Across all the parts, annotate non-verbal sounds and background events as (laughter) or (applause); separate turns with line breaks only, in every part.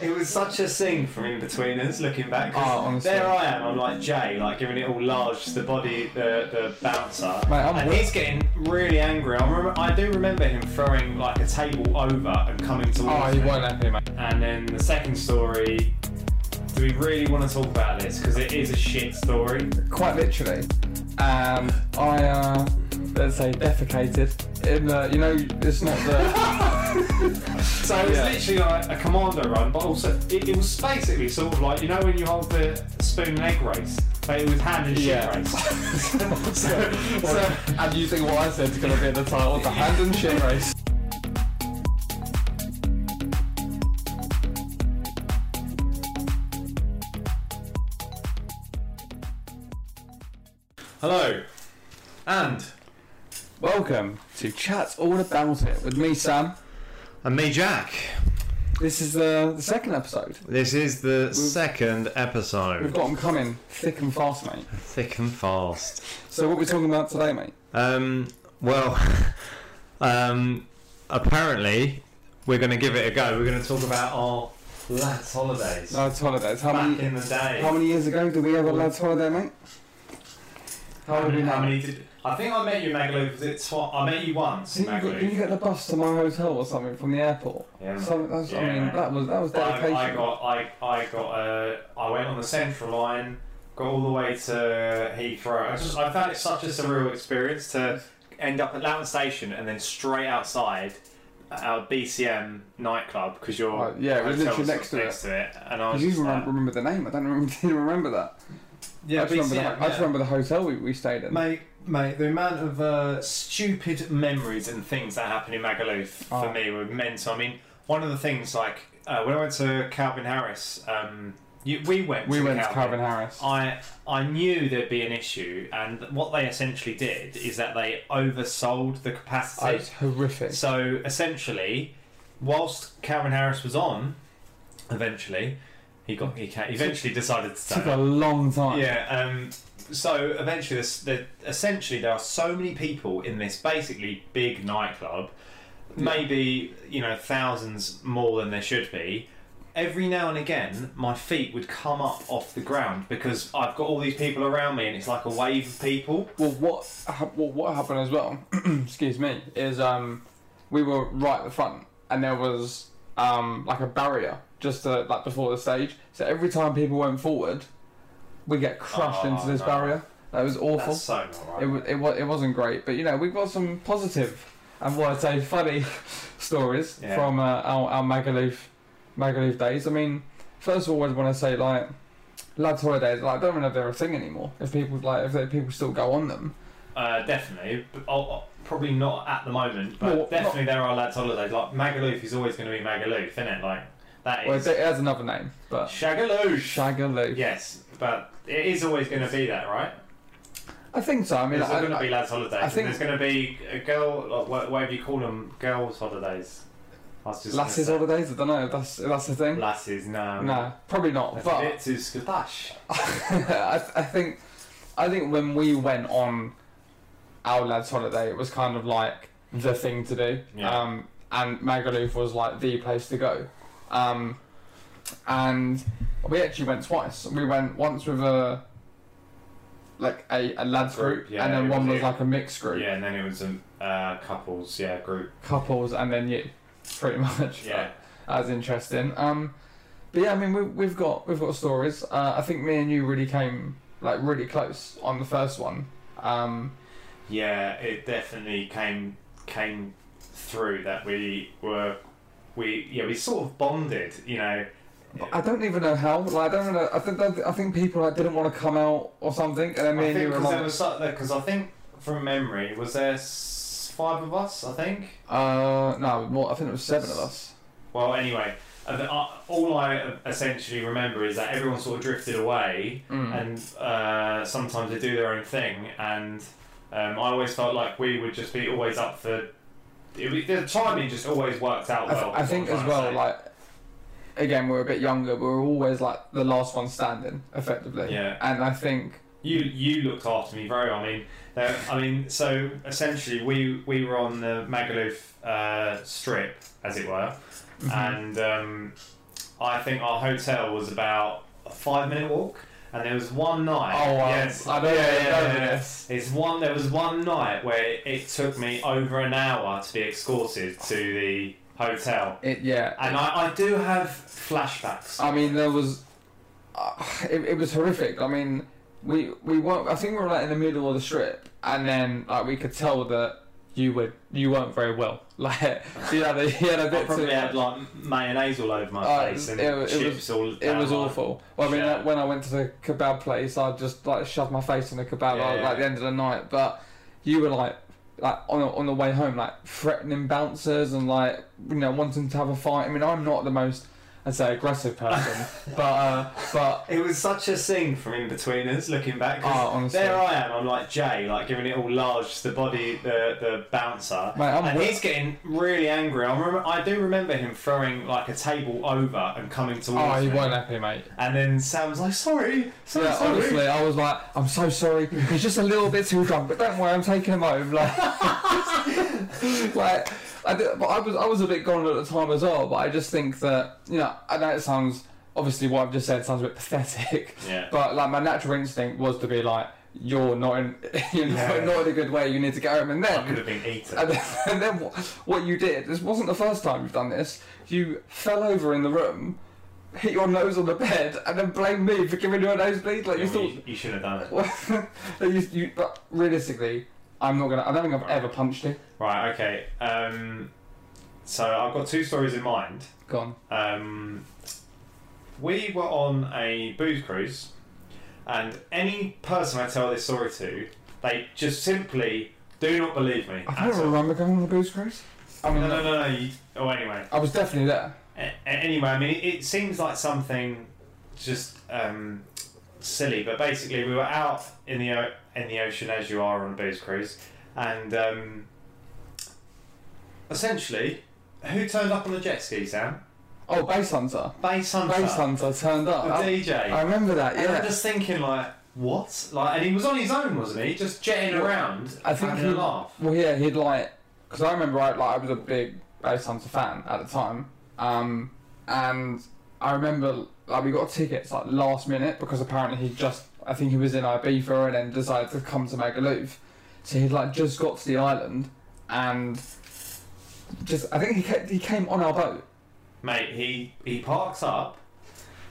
It was such a scene from in between us, looking back. 'cause
Oh, honestly.
There I am, I'm like Jay, like giving it all large to the body, the, the bouncer.
Mate, I'm
and
wi-
he's getting really angry. I, remember, I do remember him throwing like a table over and coming towards
Oh, he
me.
won't have him, mate.
And then the second story. Do we really want to talk about this? Because it is a
(laughs)
shit story.
Quite literally. Um, I, uh, let's say, defecated. In the, you know, it's not the. (laughs)
So it was
Yeah.
literally like a commando run, but also it, it was basically sort of like you know when you hold the spoon and egg race, but it was hand and shit
Yeah.
race.
so, so, and you think what I said's going to be in the title, the hand and shin race.
Hello, and
Welcome to Chats All About It with me, Sam.
and me, Jack.
This is the, the second episode.
This is the
second
We've
episode,
got them coming thick and fast, mate.
thick and fast.
So, what we're talking about today, mate?
Um,
(laughs)
well, um, apparently we're going to give it a go. We're going to talk about our lads' holidays
Lads' holidays. How
back
many,
in the day.
how many years ago did we have a lads' holiday, mate?
How
old are
many?
we
How
now?
many did? I think I met you, Magaloo. Was it twi- I met you once, in
Didn't you, get, didn't you
Magaloo.
get the bus to my hotel or something from the airport?
Yeah.
So that's, I
Yeah,
mean,
mate.
that was that was dedication.
I, I got, I, I got, uh, I went on the Central Line, got all the way to Heathrow. I just, I found it such a surreal experience to end up at Loughton Station and then straight outside our BCM nightclub because you're
Right, yeah, it was literally next to it.
next to it, and I was
you
just
even
like,
remember, remember the name? I don't remember, (laughs) didn't remember that.
yeah,
I just, remember, the, I just
yeah.
remember the hotel we, we stayed in.
Mate, mate, the amount of uh, stupid memories and things that happened in Magaluf
Oh.
for me were mental. I mean, one of the things, like, uh, when I went to Calvin Harris, um, you, we went
we
to
went
Calvin.
to Calvin Harris.
I I knew there'd be an issue, and what they essentially did is that they oversold the
Oh,
capacity.
it's horrific.
So essentially, whilst Calvin Harris was on, eventually he got he ca- eventually decided
(laughs)
to
took
stay.
a long time.
Yeah. Um. So eventually, this there, essentially there are so many people in this basically big nightclub, maybe you know thousands more than there should be. Every now and again, my feet would come up off the ground because I've got all these people around me, and it's like a wave of people.
Well, what ha- well, what happened as well? (clears throat) excuse me. Is um, we were right at the front, and there was um like a barrier just uh like before the stage. So every time people went forward, we get crushed
Oh,
into this
no.
barrier. That was awful.
That's so not right.
It, wa- it, wa- it wasn't great, but you know, we've got some positive and what I'd say funny (laughs) stories
Yeah.
from uh, our, our Magaluf, Magaluf days. I mean, first of all, I'd want to say, like, lads' holidays, like, I don't even know if they're a thing anymore. If people, like, if they, people still go on them.
Uh, definitely. But, oh, oh, probably not at the moment, but
Well, not-
definitely there are lads holidays. Like Magaluf is always going to be Magaluf, isn't it? Like that
Well, it,
is
it has another name, but
Shagaloosh.
Shagaloo.
Yes, but it is always going to be that, right?
I think so. I mean,
There's
I,
going to
I-
be lads' holidays.
I think-
and there's going to be a girl, or wha- whatever you call them, girls' holidays. I was just gonna
lasses
say-
holidays. I don't know. If that's if that's the thing.
Lasses, no.
no, probably not.
That's
But
a bit too skedash.
I, th- I think I think when we went on our lads holiday it was kind of like the thing to do
Yeah.
um, and Magaluf was like the place to go um, and we actually went twice we went once with a like a, a lads
Group,
group,
yeah,
and
it
then one
was
was
you.
like a mixed group
Yeah, and then it was um, uh, couples, yeah, group.
couples and then you pretty (laughs) much
Yeah.
that's interesting. Um, but yeah, I mean, we, we've got we've got stories. Uh, I think me and you really came like really close on the first one. Um,
Yeah, it definitely came came through that we were we yeah we sort of bonded, you know.
but I don't even know how. Like, I don't know. I think I think people like didn't want to come out or something, and then me
I
and you
think
were
because there
like,
was because I think from memory was there s- five of us I think.
uh, no, more, I think it was seven of us.
Well, anyway, uh, the- uh, all I essentially remember is that everyone sort of drifted away,
Mm.
and uh, sometimes they do their own thing, and um, I always felt like we would just be always up for. It, was- the timing just always worked out
I, th-
well.
I
is what
think
I'm
as
trying to
well,
say.
like again, we were a bit younger. We were always like the last one standing, effectively.
Yeah.
And I think
You you looked after me very. well. I mean, there, I mean. So essentially, we we were on the Magaluf uh, strip, as it were,
Mhm.
and um, I think our hotel was about a five minute walk, and there was one night.
Oh, wow.
yes,
I know
yeah,
where
yeah,
you're going
yeah,
with
yeah.
this.
It's one. There was one night where it took me over an hour to be escorted to the hotel,
It, yeah.
and I, I do have flashbacks.
I mean, there was. Uh, it, it was horrific. I mean, we we weren't. I think we were like in the middle of the strip, and then like we could tell that you were you weren't very well. (laughs) Like you had a, you had a
I
bit
probably
too
had like mayonnaise all over my
Uh,
face and
it was- it
chips all.
It
down
was
my-
awful. Well, I mean,
Yeah.
when I went to the kebab place, I just like shoved my face in the kebab
Yeah,
like,
yeah.
at the end of the night. But you were like, like on on the way home, like threatening bouncers and like you know wanting to have a fight. I mean, I'm not the most, I'd say, aggressive
(laughs)
person, but uh, but
It was such a scene from in between us, looking back. 'cause
Oh, honestly.
There I am, I'm like Jay, like giving it all large to the body, the the bouncer.
Mate, I'm
and
wor-
he's getting really angry. I, remember, I do remember him throwing like a table over and coming
oh,
towards
you
me.
weren't happy, mate.
And then Sam's like, sorry, so
Yeah,
sorry.
honestly, I was like, I'm so sorry. He's just a little bit too drunk, but don't worry, I'm taking him home. Like, (laughs) like I did, but I was I was a bit gone at the time as well. But I just think that you know, I know it sounds obviously what I've just said sounds a bit pathetic,
Yeah.
but like my natural instinct was to be like, you're not in, (laughs) you're
Yeah.
not, not in a good way. You need to get home, and
I could
then.
have been eaten.
And then, (laughs) and then what, what you did, this wasn't the first time you've done this, you fell over in the room, hit your nose on the bed, and then blamed me for giving you a nosebleed. Like,
Yeah,
you
well,
thought,
you, you should have done it.
(laughs) well, you, you, but realistically, I'm not gonna. I don't think I've ever punched you.
Right, okay. Um, so I've got two stories in mind.
Gone.
Um, we were on a booze cruise, and any person I tell this story to, they just simply do not believe me.
I
at
don't
all.
remember going on the booze cruise. I mean,
No, no, no, no. You, oh, anyway.
I was definitely there.
A- anyway, I mean, it, it seems like something just um, silly, but basically, we were out in the o- in the ocean as you are on a booze cruise, and um, essentially, who turned up on the jet ski, Sam?
Oh, Base Hunter.
Bass Hunter.
Base Hunter turned
The
up. I,
DJ.
I remember that.
and I'm
Yeah.
just thinking, like, what? Like, and he was on his own, wasn't he? Just jetting
Well,
around,
I think
having
he-
a laugh.
Well, yeah, he'd like because I remember I like I was a big Base Hunter fan at the time, um, and I remember like we got tickets like last minute because apparently he just I think he was in Ibiza and then decided to come to Magaluf, so he'd like just got to the island and just I think he came, he came on our boat.
Mate, he he parked up.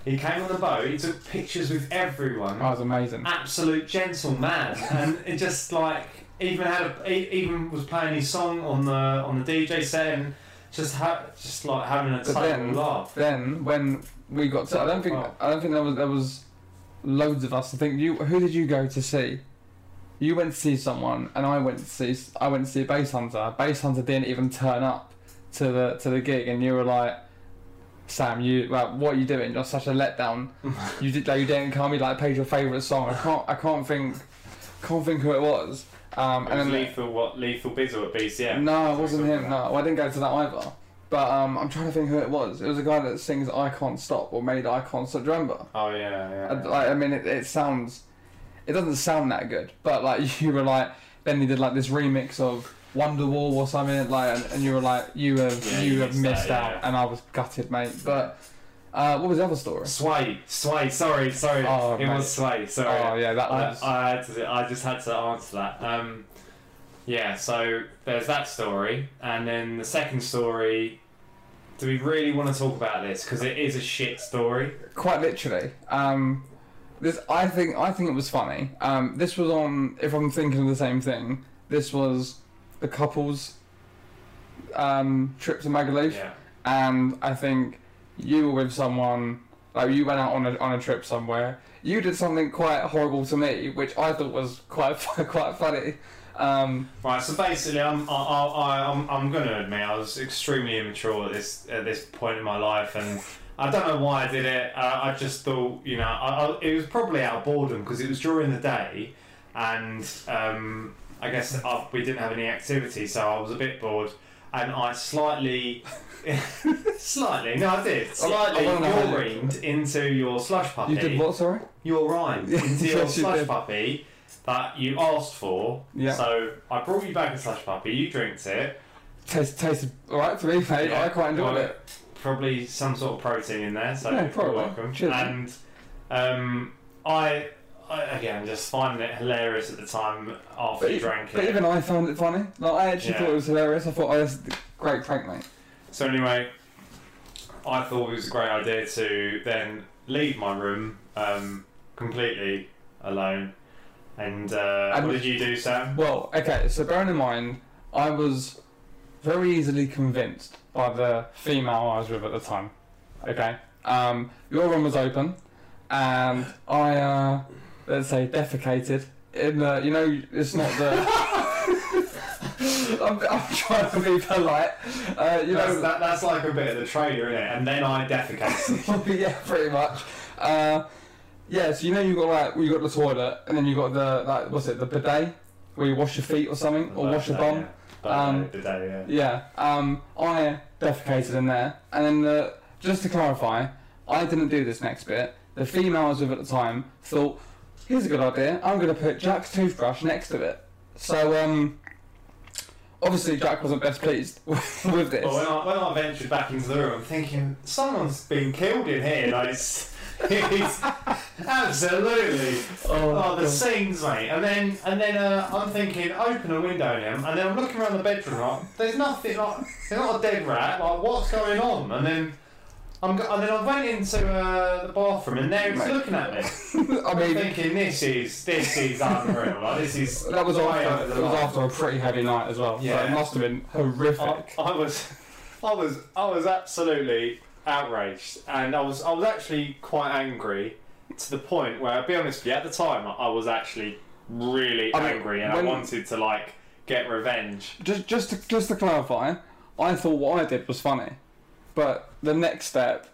He came on the boat. He took pictures with everyone.
That was amazing.
absolute gentleman, and it just like even had a, e- even was playing his song on the on the DJ set, and just ha- just like having a
But
total
then-
laugh.
Then when we got to I don't think
Oh.
I don't think there was there was loads of us. I think you who did you go to see? You went to see someone, and I went to see I went to see Bass Hunter. Bass Hunter didn't even turn up to the to the gig, and you were like, Sam, you well, what are you doing? You're such a
(laughs)
letdown. you did like, you didn't call me like played your favourite song. I can't I can't think can't think who it was. Um,
It
and
was
then
lethal what lethal bizzle at BCM.
no, it wasn't
Something
him. No, I didn't go to that either. But um, I'm trying to think who it was. It was a guy that sings "I Can't Stop" or made "I Can't Stop." Do you remember?
Oh yeah, yeah.
I, like, I mean, it, it sounds, it doesn't sound that good. But like (laughs) you were like, then he did like this remix of Wonderwall or something like, and, and you were like, you have
Yeah,
you
you
have
missed that,
missed
yeah,
out,
yeah.
and I was gutted, mate. But uh, what was the other story?
Sway, sway. Sorry, sorry.
Oh,
it
mate.
was sway. Sorry.
Oh yeah, that
I,
was.
I had to. I just had to answer that. Um, yeah. So there's that story, and then the second story. Do we really want to talk about this? Because it is a shit story.
quite literally. Um, this I think I think it was funny. Um, this was on if I'm thinking of the same thing. This was the couple's um, trip to Magaluf,
Yeah.
and I think you were with someone. Like you went out on a on a trip somewhere. You did something quite horrible to me, which I thought was quite (laughs) quite funny. Um,
Right, so basically, I'm I, I, I- I'm I'm going to admit I was extremely immature at this at this point in my life, and I don't know why I did it. Uh, I just thought, you know, I, I, it was probably out of boredom because it was during the day, and um, I guess I, we didn't have any activity, so I was a bit bored, and I slightly, (laughs) slightly, no, I did slightly
I wanna know how you-
urinated into your slush puppy
you did what? Sorry.
your
(laughs)
rhyme
Yeah,
into your
yes, you
slush
did.
puppy that you asked for.
Yeah.
So I brought you back a slush puppy. You drank it.
Taste tasted all right to me, mate.
Yeah.
I quite enjoyed
Well,
it.
probably some sort of protein in there, so
Yeah,
you're
probably.
welcome.
Cheers,
and um, I, I again just finding it hilarious at the time after
But
you
e-
drank
But
it.
even I found it funny. Like I actually
Yeah.
thought it was hilarious. I thought, oh, that's a great prank, mate.
So anyway, I thought it was a great idea to then leave my room um, completely alone. And uh,
And-
what did you do, Sam?
Well, okay. So bearing in mind, I was very easily convinced by the female I was with at the time. Okay. Um, your room was open, and I, uh, let's say, defecated in the. You know, it's not
(laughs)
the. (laughs) I'm, I'm trying to be polite. Uh, you
that's,
know,
that, that's like a bit of the trailer, isn't it? And then I defecated.
yeah, pretty much. Uh, yeah, so you know you got like you got the toilet, and then you got the like what's it the bidet where you wash your feet or something, (laughs) or wash your bum. Um,
uh, the day, yeah.
Yeah. Um, I defecated in there, and then the, just to clarify, I didn't do this next bit. The female I was with at the time thought, "Here's a good idea. I'm going to put Jack's toothbrush next to it." So um, obviously Jack wasn't best pleased (laughs) with this.
But when I, when I ventured back into the room, I'm thinking, someone's been killed in here. Like, it's, (laughs) it's absolutely. Oh, the
God.
scenes, mate. And then, and then uh, I'm thinking, open a window, Liam. And then I'm looking around the bedroom, like, there's nothing, like, there's not a dead rat. Like, what's going on? And then, I'm, go- and then I went into uh, the bathroom, and there it's
Mate.
looking at me.
I
I'm
mean,
thinking, this is, this is unreal. Like, this is.
That was
way
after,
over
that
the
was
line.
after a pretty heavy night as well. Yeah. Uh, So
Yeah.
it must have been horrific.
I, I was, I was, I was absolutely outraged, and I was, I was actually quite angry to the point where, I'll be honest with you, at the time, I was actually really
I mean,
angry, and
when-
I wanted to like get revenge.
Just, just, to, just to clarify, I thought what I did was funny, but the next step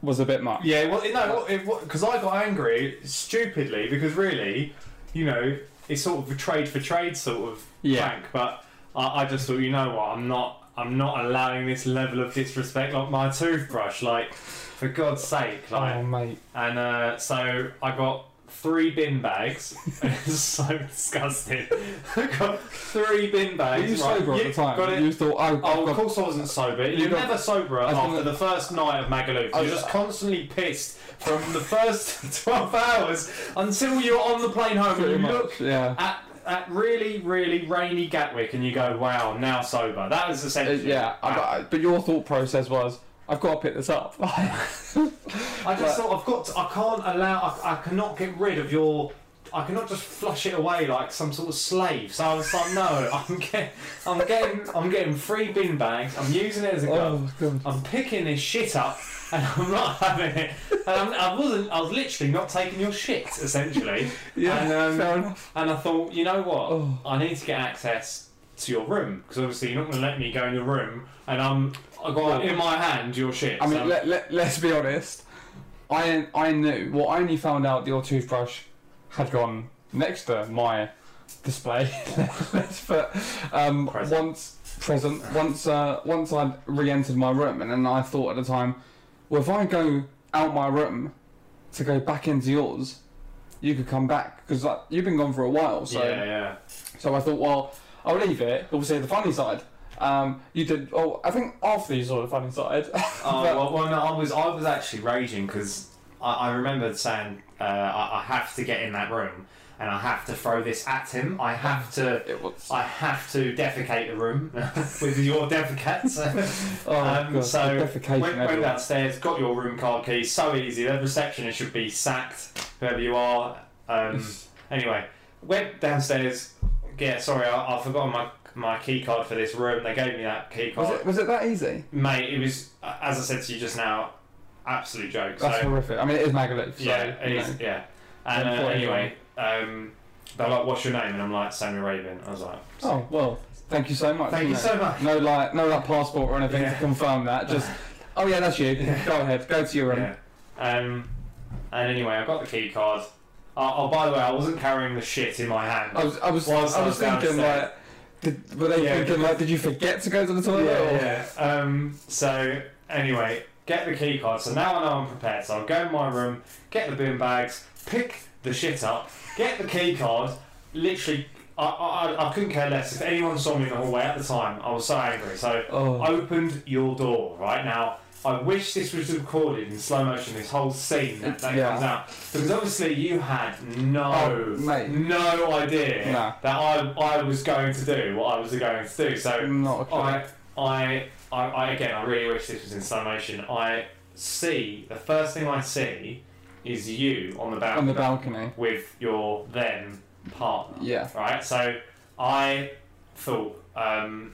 was a bit much.
Yeah, well, no, because I got angry stupidly because really, you know, it's sort of a trade for trade sort of
Yeah.
prank. But I, I just thought, you know what, I'm not, I'm not allowing this level of disrespect. Like my toothbrush, like for God's sake, like.
Oh mate,
And uh, so I got three bin bags. (laughs) it's so disgusting. (laughs) I got three bin
were
bags.
you
right,
sober
yeah,
at the time?
Got
You
it.
thought I,
Oh, of
God,
course I wasn't sober.
You
You're
got-
never sober
was
after
gonna-
the first night of Magaluf.
I
You're
was-
just constantly pissed from the first (laughs) 12 hours until you're on the plane home and
pretty
you
much.
look
yeah,
at, at really, really rainy Gatwick and you go, wow, now sober. That was
Uh,
essentially.
yeah. I,
that.
I, but your thought process was, I've got to pick this up. (laughs)
I just thought I've got. To, I can't allow. I, I cannot get rid of your. I cannot just flush it away like some sort of slave. So I was like, no, I'm getting, I'm getting, I'm getting free bin bags. I'm using it as a
oh
gun.
my god.
I'm picking this shit up, and I'm not having it. And I'm, I wasn't. I was literally not taking your shit, essentially.
(laughs) Yeah,
And, um,
fair enough.
And I thought, you know what?
Oh.
I need to get access to your room because obviously you're not going to let me go in your room, and I'm. I got
Well-
in my hand your shit.
I mean,
so-
let, let, let's be honest. I I knew. Well, I only found out your toothbrush had gone next to my display. (laughs) but um,
Present.
once present, once uh, once I'd re-entered my room, and then I thought at the time, well, if I go out my room to go back into yours, you could come back because like, you've been gone for a while. So (laughs)
yeah, yeah.
so I thought, well, I'll leave it. We'll see the funny side. Um, you did. Oh, I think after you saw the funny side. (laughs)
Oh
But-
well, well, no, I was I was actually raging because I, I remembered saying uh, I, I have to get in that room and I have to throw this at him. I have to
It was.
I have to defecate the room (laughs) with your defecates.
(laughs) Oh,
um,
God,
so
the defecation
went, went
everywhere.
downstairs, got your room card key. So easy. The receptionist should be sacked, whoever you are.
(laughs)
Um, anyway, went downstairs. Yeah, sorry, I, I forgot my my key card for this room. They gave me that key card.
Was it, was it that easy?
Mate, it was as I said to you just now, absolute joke.
That's
so
horrific. I mean, it is Magaluf. So,
yeah, it
you
is,
know.
yeah. And
Don't
uh,
fall in
anyway, um, they're like, "What's your name?" And I'm like, "Samuel Raven." I was like,
Oh well, thank you so much.
"Thank you
know.
so much."
No like, no like passport or anything
Yeah.
to confirm that. Just, oh yeah, that's you.
Yeah.
Go ahead, go to your room.
Yeah. Um, and anyway, I got the key card. Oh, oh, by the way, I wasn't carrying the shit in my hand.
I was, I was,
Whilst
I
I
was
was
thinking
downstairs.
like, did, were they
Yeah.
thinking like, did you forget to go to the toilet? or-
yeah, yeah. Um, so anyway, get the key card. So now I know I'm prepared. So I'll go in my room, get the bin bags, pick the shit up, get the key card. Literally, I, I, I- I couldn't care less if anyone saw me in the hallway at the time. I was so angry. So
Oh.
opened your door right now. I wish this was recorded in slow motion. This whole scene that, that
Yeah.
comes out because obviously you had no
Oh, mate.
no idea
Nah.
that I I was going to do what I was going to do. So
Not a clue.
oh, I, I, I, I, again, I really wish this was in slow motion. I see the first thing I see is you on the balcony
on the balcony.
with your then partner.
Yeah.
Right. So I thought um,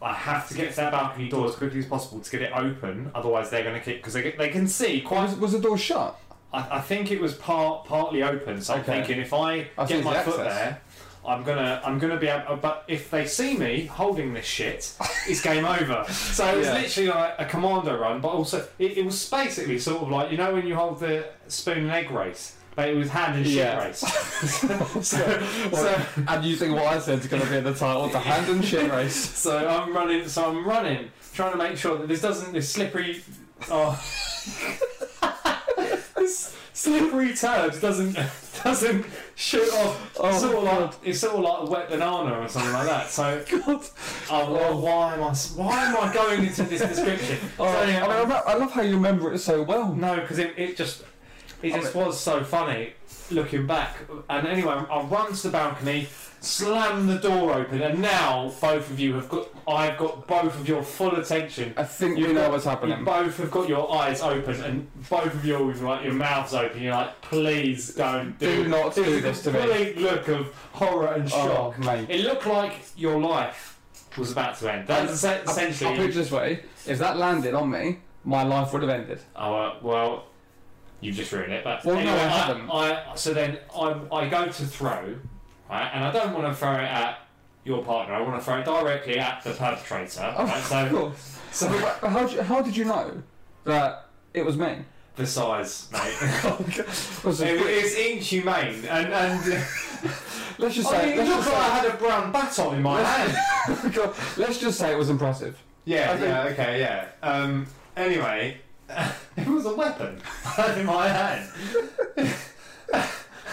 I have to get to that balcony door as quickly as possible to get it open. Otherwise, they're going to kick because they they can see quite.
Was, was the door shut?
I, I think it was part partly open. So I'm
Okay.
thinking if I
I see
get my
the
foot
access.
there. I'm gonna, I'm gonna be able, but if they see me holding this shit, it's game over. So it was
Yeah.
literally like a commando run, but also it, it was basically sort of like you know when you hold the spoon and egg race, but it was hand and shit
Yeah.
race. so, so,
So,
(laughs)
and you think what I said is going to be in the title, the hand and shin race.
so I'm running. So I'm running, trying to make sure that this doesn't this slippery. Oh. (laughs) this slippery turd doesn't doesn't shoot off.
Oh,
sort of like, it's sort of like a wet banana or something like that. So
(laughs) God.
oh, well, why am I s- why am I going into this description?
Oh,
so,
I, mean, I, love, I love how you remember it so well.
no, because it, it just it
I
just was so funny looking back. And anyway, I run to the balcony, slam the door open, and now both of you have got I've got both of your full attention.
I think
You
you know
got-
what's
You
happening.
both have got your eyes open, and both of you with like your mouths open. You're like, please don't do,
Do not
It was
do
a
this to me.
Complete look of horror and
Oh,
shock.
mate.
It looked like your life was about to end. That's essen-
I'll- I'll put it
essentially.
this way: if that landed on me, my life would have
(laughs)
ended.
Oh uh, well, you just ruined it. But
Well, no,
anyway,
I
I-
haven't.
I, so then I, I go to throw, right, and I don't want to throw it at your partner. I want to throw it directly at the perpetrator.
Oh,
right,
of
so,
course.
so
But wha- how, d- how did you know that it was
(laughs)
me?
the size,
(laughs)
mate. (laughs)
Was it-
It- it's inhumane, and and
let's just
I
say.
mean, it
let's,
looked
just
like I
say (laughs)
had a brown bat on in my hand.
God, let's just say it was impressive.
Yeah,
I think-
yeah, okay, yeah. Um, anyway, (laughs) it was a weapon (laughs) I had in my hand.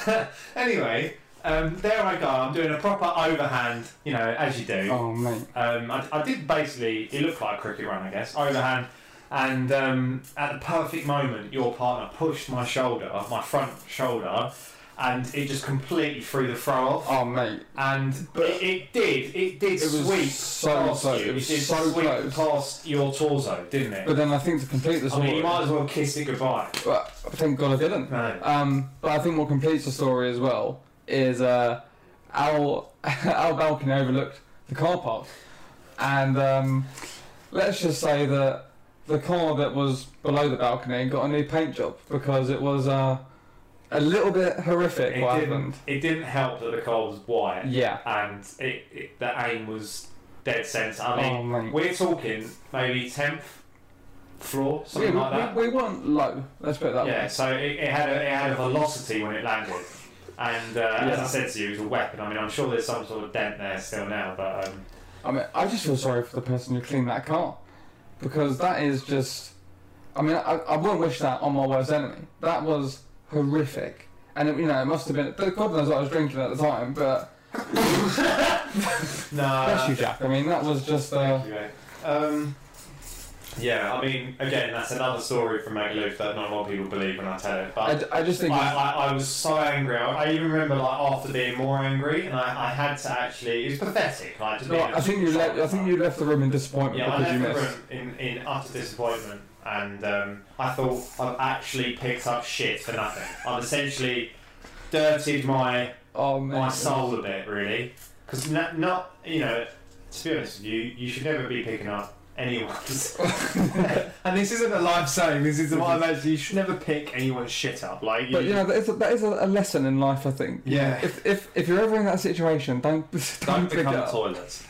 (laughs) anyway, um, there I go. I'm doing a proper overhand, you know, as you do.
Oh, mate.
Um, I, I did basically, it looked like a cricket run, I guess, overhand. And um, at the perfect moment, your partner pushed my shoulder, my front shoulder, and it just completely threw the throw off
Oh, mate.
and it, it did it did
It was
sweep
so
past
close.
you.
It was
did
so
sweep
close.
past your torso, didn't it?
But then I think to complete the
I
story,
mean, you might as well kiss it goodbye.
well, thank God I didn't.
No.
Um, but I think what completes the story as well is uh, (laughs) our our balcony overlooked the car park, and um, let's just say that the car that was below the balcony got a new paint job because it was uh, a little bit horrific
It
what
didn't.
happened.
It didn't help that the car was white,
Yeah.
and it, it the aim was dead sense. I
Oh
mean,
mate.
we're talking maybe tenth floor, something
we,
like that.
we, we weren't low. Let's put it that
Yeah,
way.
so it, it had a, it had a velocity when it landed, and uh, as I
Yeah.
said to you, it was a weapon. I mean, I'm sure there's some sort of dent there still now, but um,
I mean, I just feel sorry for the person who cleaned that car because that is just. I mean, I, I wouldn't wish that on my worst enemy. That was horrific, and it, you know, it must have been. But God knows what I was drinking at the time. But
no.
bless you, Jack. I mean, that was just. Uh,
Okay. Um, yeah, I mean, again, that's another story from Magaluf that not a lot of people believe when I tell it.
I,
But
d- I just
I,
think.
I, I was so angry. I, I even remember like after being more angry, and I, I had to actually. It was pathetic. Like, just
No,
being a
I think you left. I think you left the room in disappointment
Yeah, I
because
left
you
the
missed.
room in, in utter disappointment, and um, I thought I've actually picked up shit for nothing. I've essentially dirtied my
Oh man.
my soul a bit, really. Because not, not, you know, to be honest with you, you should never be picking up
(laughs)
anyone's. (laughs) and this isn't a life saying, this is what I'm actually, you should never pick anyone's shit up. Like, you,
But you know, that is, a, that is a, a lesson in life. I think.
Yeah.
If if if you're ever in that situation, don't (laughs) don't,
don't
pick it
pick up
up.
toilets.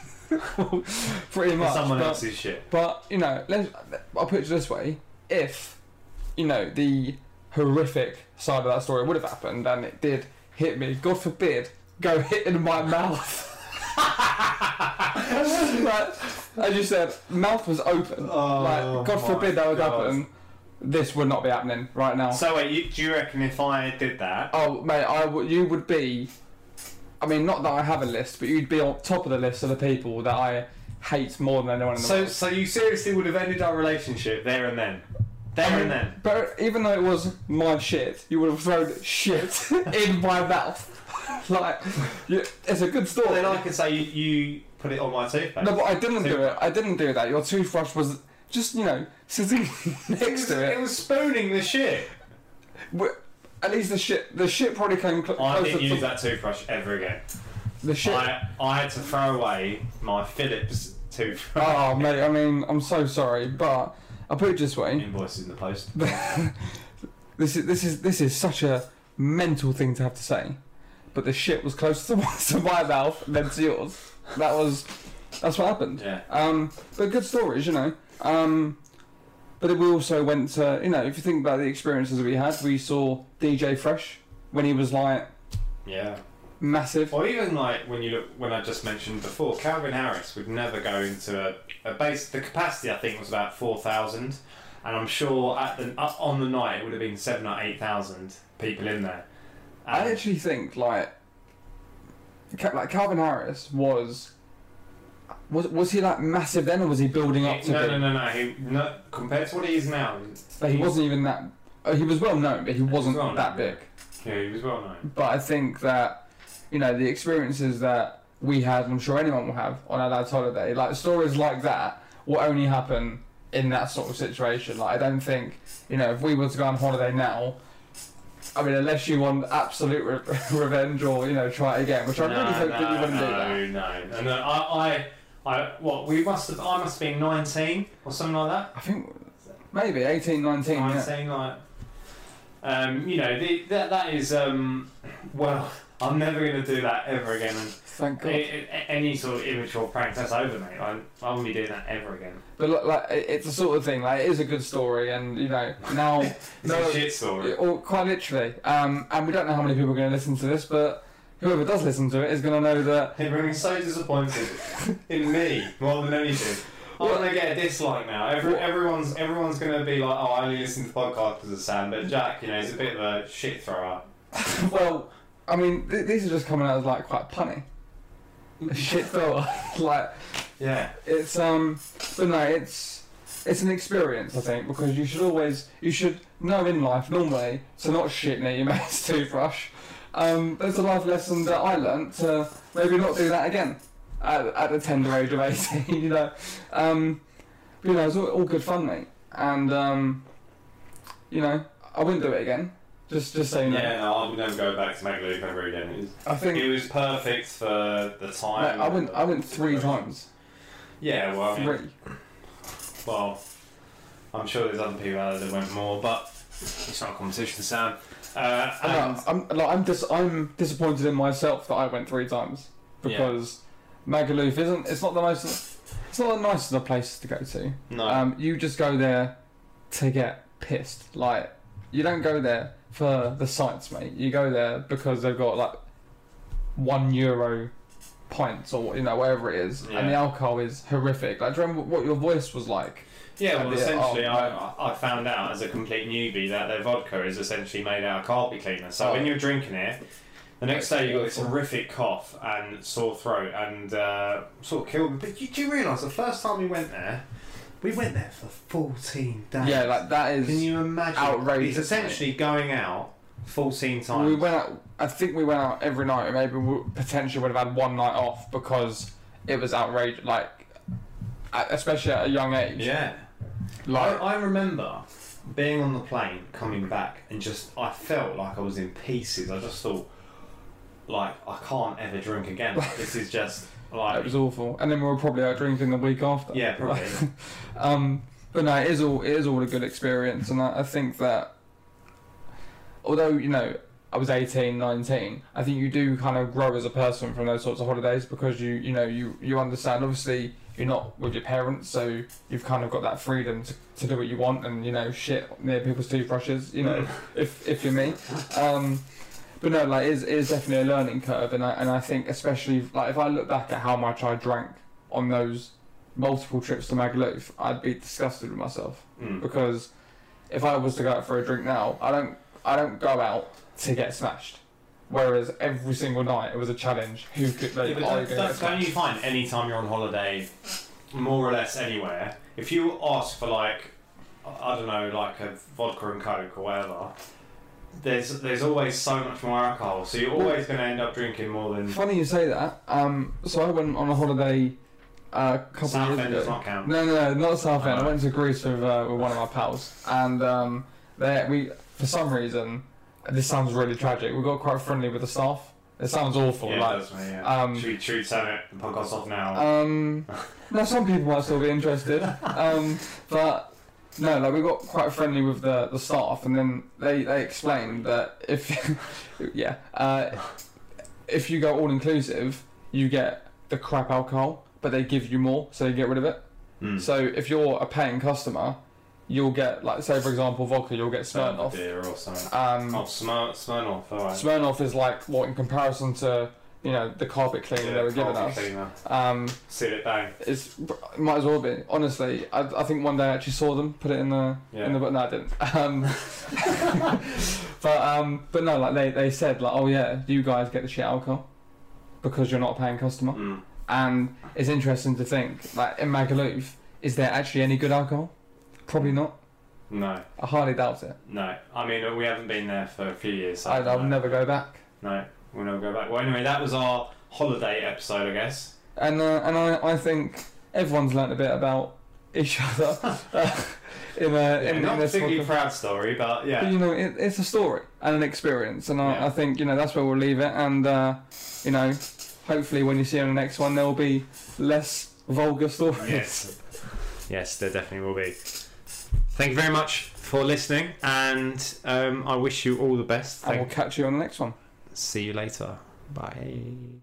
Pretty
It's
much.
someone
but-
else's shit.
But you know, let's, I'll put it this way: if you know the horrific side of that story would have happened, and it did hit me, God forbid, go (laughs) hit in my
(laughs)
mouth. Like, as you said, mouth was open.
Oh,
like, God
my
forbid that would
God.
happen. This would not be happening right now.
So, wait, you, do you reckon if I did that,
oh, mate, I w- you would be I mean, not that I have a list, but you'd be on top of the list of the people that I hate more than anyone in the
So,
world.
so you seriously would have ended our relationship there and then, there
I mean,
and then.
Um, But even though it was my shit, you would have thrown shit (laughs) in my mouth. (laughs) like, you, it's a good
Well,
story.
then I could say you, you put it on my toothpaste.
no, but I didn't
So-
do it. I didn't do that. Your toothbrush was just, you know, sitting (laughs) next to
(laughs) It
it.
was spooning the shit.
But At least the shit, the shit probably came cl-
I
closer
didn't
to
use that toothbrush ever again.
the shit.
I, I had to throw away my Phillips toothbrush.
Oh mate, I mean, I'm so sorry, but I put it this way:
Invoices in the post.
(laughs) this is this is this is such a mental thing to have to say, but the shit was closer to (laughs) my, to my mouth than to yours. That was that's what happened.
Yeah.
Um, but good stories, you know. Um, but we also went to you know if you think about the experiences we had, we saw DJ Fresh when he was like
Yeah.
massive.
Or even like when you look, when I just mentioned before, Calvin Harris would never go into a, a base. The capacity I think was about four thousand, and I'm sure at the uh, on the night it would have been seven or eight thousand people in there.
I
And
actually think like Ca- like Calvin Harris was was was he like massive then, or was he building up
it-
to
no,
be?
no, no, no, he no. Compared to what he is now,
Like, he wasn't even that. uh, He was well known, but he wasn't
well known,
that
yeah.
big.
Yeah, he was well known.
But I think that you know the experiences that we had, and I'm sure anyone will have on a lad's holiday, like stories like that, will only happen in that sort of situation. Like I don't think you know if we were to go on holiday now. I mean, unless you want absolute re- (laughs) revenge or you know try it again, which I really hope that you wouldn't do that.
no, no, no, no. I, I, I, what we must have. I must have been nineteen or something like that.
I think maybe 18, 19.
I'm
Yeah.
saying like, um, you know, the, that that is um, well, (laughs) I'm never going to do that ever again. And
Thank God.
a- a- any sort of immature prank that's over, mate. I, I won't be doing that ever again.
But look, like, it- it's the sort of thing. Like, it is a good story, and you know now,
It's
no,
a shit story.
or quite literally. Um, and we don't know how many people are going to listen to this, but whoever does listen to it is going to know
(laughs)
that.
They're being so disappointed in me more than anything. I'm
Well-
gonna get a dislike now. Every,
Well-
everyone's everyone's gonna be like, "Oh, I only listen to the podcast because of Sam." But Jack, you know, he's a bit of a shit thrower.
Well, I mean, th- these are just coming out as like quite punny. Shit, fella. (laughs) like
Yeah,
it's um, but no, it's it's an experience. I think because you should always you should know in life normally to not shit near your (laughs) mate's toothbrush. Um, that's a life lesson that I learnt to maybe not do that again at, at the tender age of eighteen. (laughs) You know, um, you know, it's all, all good fun, mate, and um, you know, I wouldn't do it again. Just just so you know,
yeah. No, I would never go back to McLuhan ever again. It was
I think.
It was perfect for the time.
mate, I went. I went three times.
Yeah, well, I mean,
Three.
well, I'm sure there's other people out there that went more, but it's not a competition, Sam. Uh,
No,
and
I'm like, I'm dis- I'm disappointed in myself that I went three times
Yeah.
because Magaluf isn't. It's not the most. It's not the nicest of places to go to.
no,
Um, you just go there to get pissed. Like you don't go there for the sights, mate. You go there because they've got like one euro pints or you know whatever it is,
Yeah.
and the alcohol is horrific. Like, do you remember what your voice was like?
yeah, well,
and the-
essentially,
oh,
I, I found out as a complete newbie that their vodka is essentially made out of carpet cleaner. So
Oh.
when you're drinking it, the next
That's
day you got this
awful.
horrific cough and sore throat, and uh, sort of killed me. But you do realise the first time we went there, we went there for 14 days.
Yeah, like that is.
Can you imagine?
outrageous,
It's essentially going out 14 times.
We went out. I think we went out every night. and Maybe we potentially would have had one night off because it was outrageous. Like, at- especially at a young age.
yeah. I,
Like,
I remember being on the plane coming back and just I felt like I was in pieces. I just thought, like, I can't ever drink again. Like, this is just like.
it (laughs) was awful. And then we were probably out drinking the week after.
yeah, probably.
Um, but no, it is all it is all a good experience, and I, I think that although you know I was 18, 19, I think you do kind of grow as a person from those sorts of holidays because you you know you you understand. Obviously, you're not with your parents, so you've kind of got that freedom to, to do what you want and you know shit near people's toothbrushes. You know, (laughs) if if you're me. Um, but no, like it is, it is definitely a learning curve, and I and I think especially like if I look back at how much I drank on those multiple trips to Magaluf, I'd be disgusted with myself (laughs)
Mm.
because if I was to go out for a drink now, I don't I don't go out to get smashed. Whereas every single night it was a challenge. Who could? Like,
Yeah, but
are you
don't,
gonna
don't,
get
don't you find any time you're on holiday, more or less anywhere, if you ask for like, I don't know, like a vodka and coke or whatever, there's there's always so much more alcohol, so you're always going to end up drinking more than
Funny you say that. Um, so I went on a holiday uh, a couple of
South
years
End does
ago.
not count.
No, no, no, not South End. I
Oh.
went to Greece with, uh, with one of my pals, and um, there we, for some reason, this sounds really tragic. We got quite friendly with the staff. It sounds awful,
Yeah, it
like
does, mate, yeah.
um,
should, we, should we turn it the podcast off now?
Um, now some people might still be interested, um, but no, like we got quite friendly with the, the staff, and then they, they explained that if (laughs) yeah, uh, if you go all inclusive, you get the crap alcohol, but they give you more, so they get rid of it.
Mm.
So if you're a paying customer, you'll get like say for example vodka, you'll get Smirnoff.
Beer or something.
Um,
Oh, Smir- Smirnoff, alright.
Smirnoff is like what in comparison to you know the carpet cleaner they were giving
coffee
us.
cleaner.
Um,
Sit it down.
it's might as well be. Honestly, I, I think one day I actually saw them put it in the
Yeah.
in the but no, I didn't. (laughs) Um, but um, but no, like they, they said like, oh yeah, you guys get the shit alcohol because you're not a paying customer.
Mm.
And it's interesting to think like in Magaluf, is there actually any good alcohol? Probably not.
No,
I highly doubt it.
no. I mean, uh, we haven't been there for a few years. so
I,
don't
I'll
know.
never go back.
No, we'll never go back. Well, anyway, that was our holiday episode, I guess.
And uh, and I, I think everyone's learnt a bit about each (laughs) other uh, in a in,
not
in
a
this
particularly
podcast.
proud story, but
But,
yeah.
you know, it, it's a story and an experience, and I,
Yeah.
I think you know that's where we'll leave it. And uh, you know, hopefully, when you see on the next one, there will be less vulgar stories.
yes. Yes, there definitely will be. Thank you very much for listening, and um, I wish you all the best.
And we'll
Thank-
catch you on the next one.
See you later. Bye.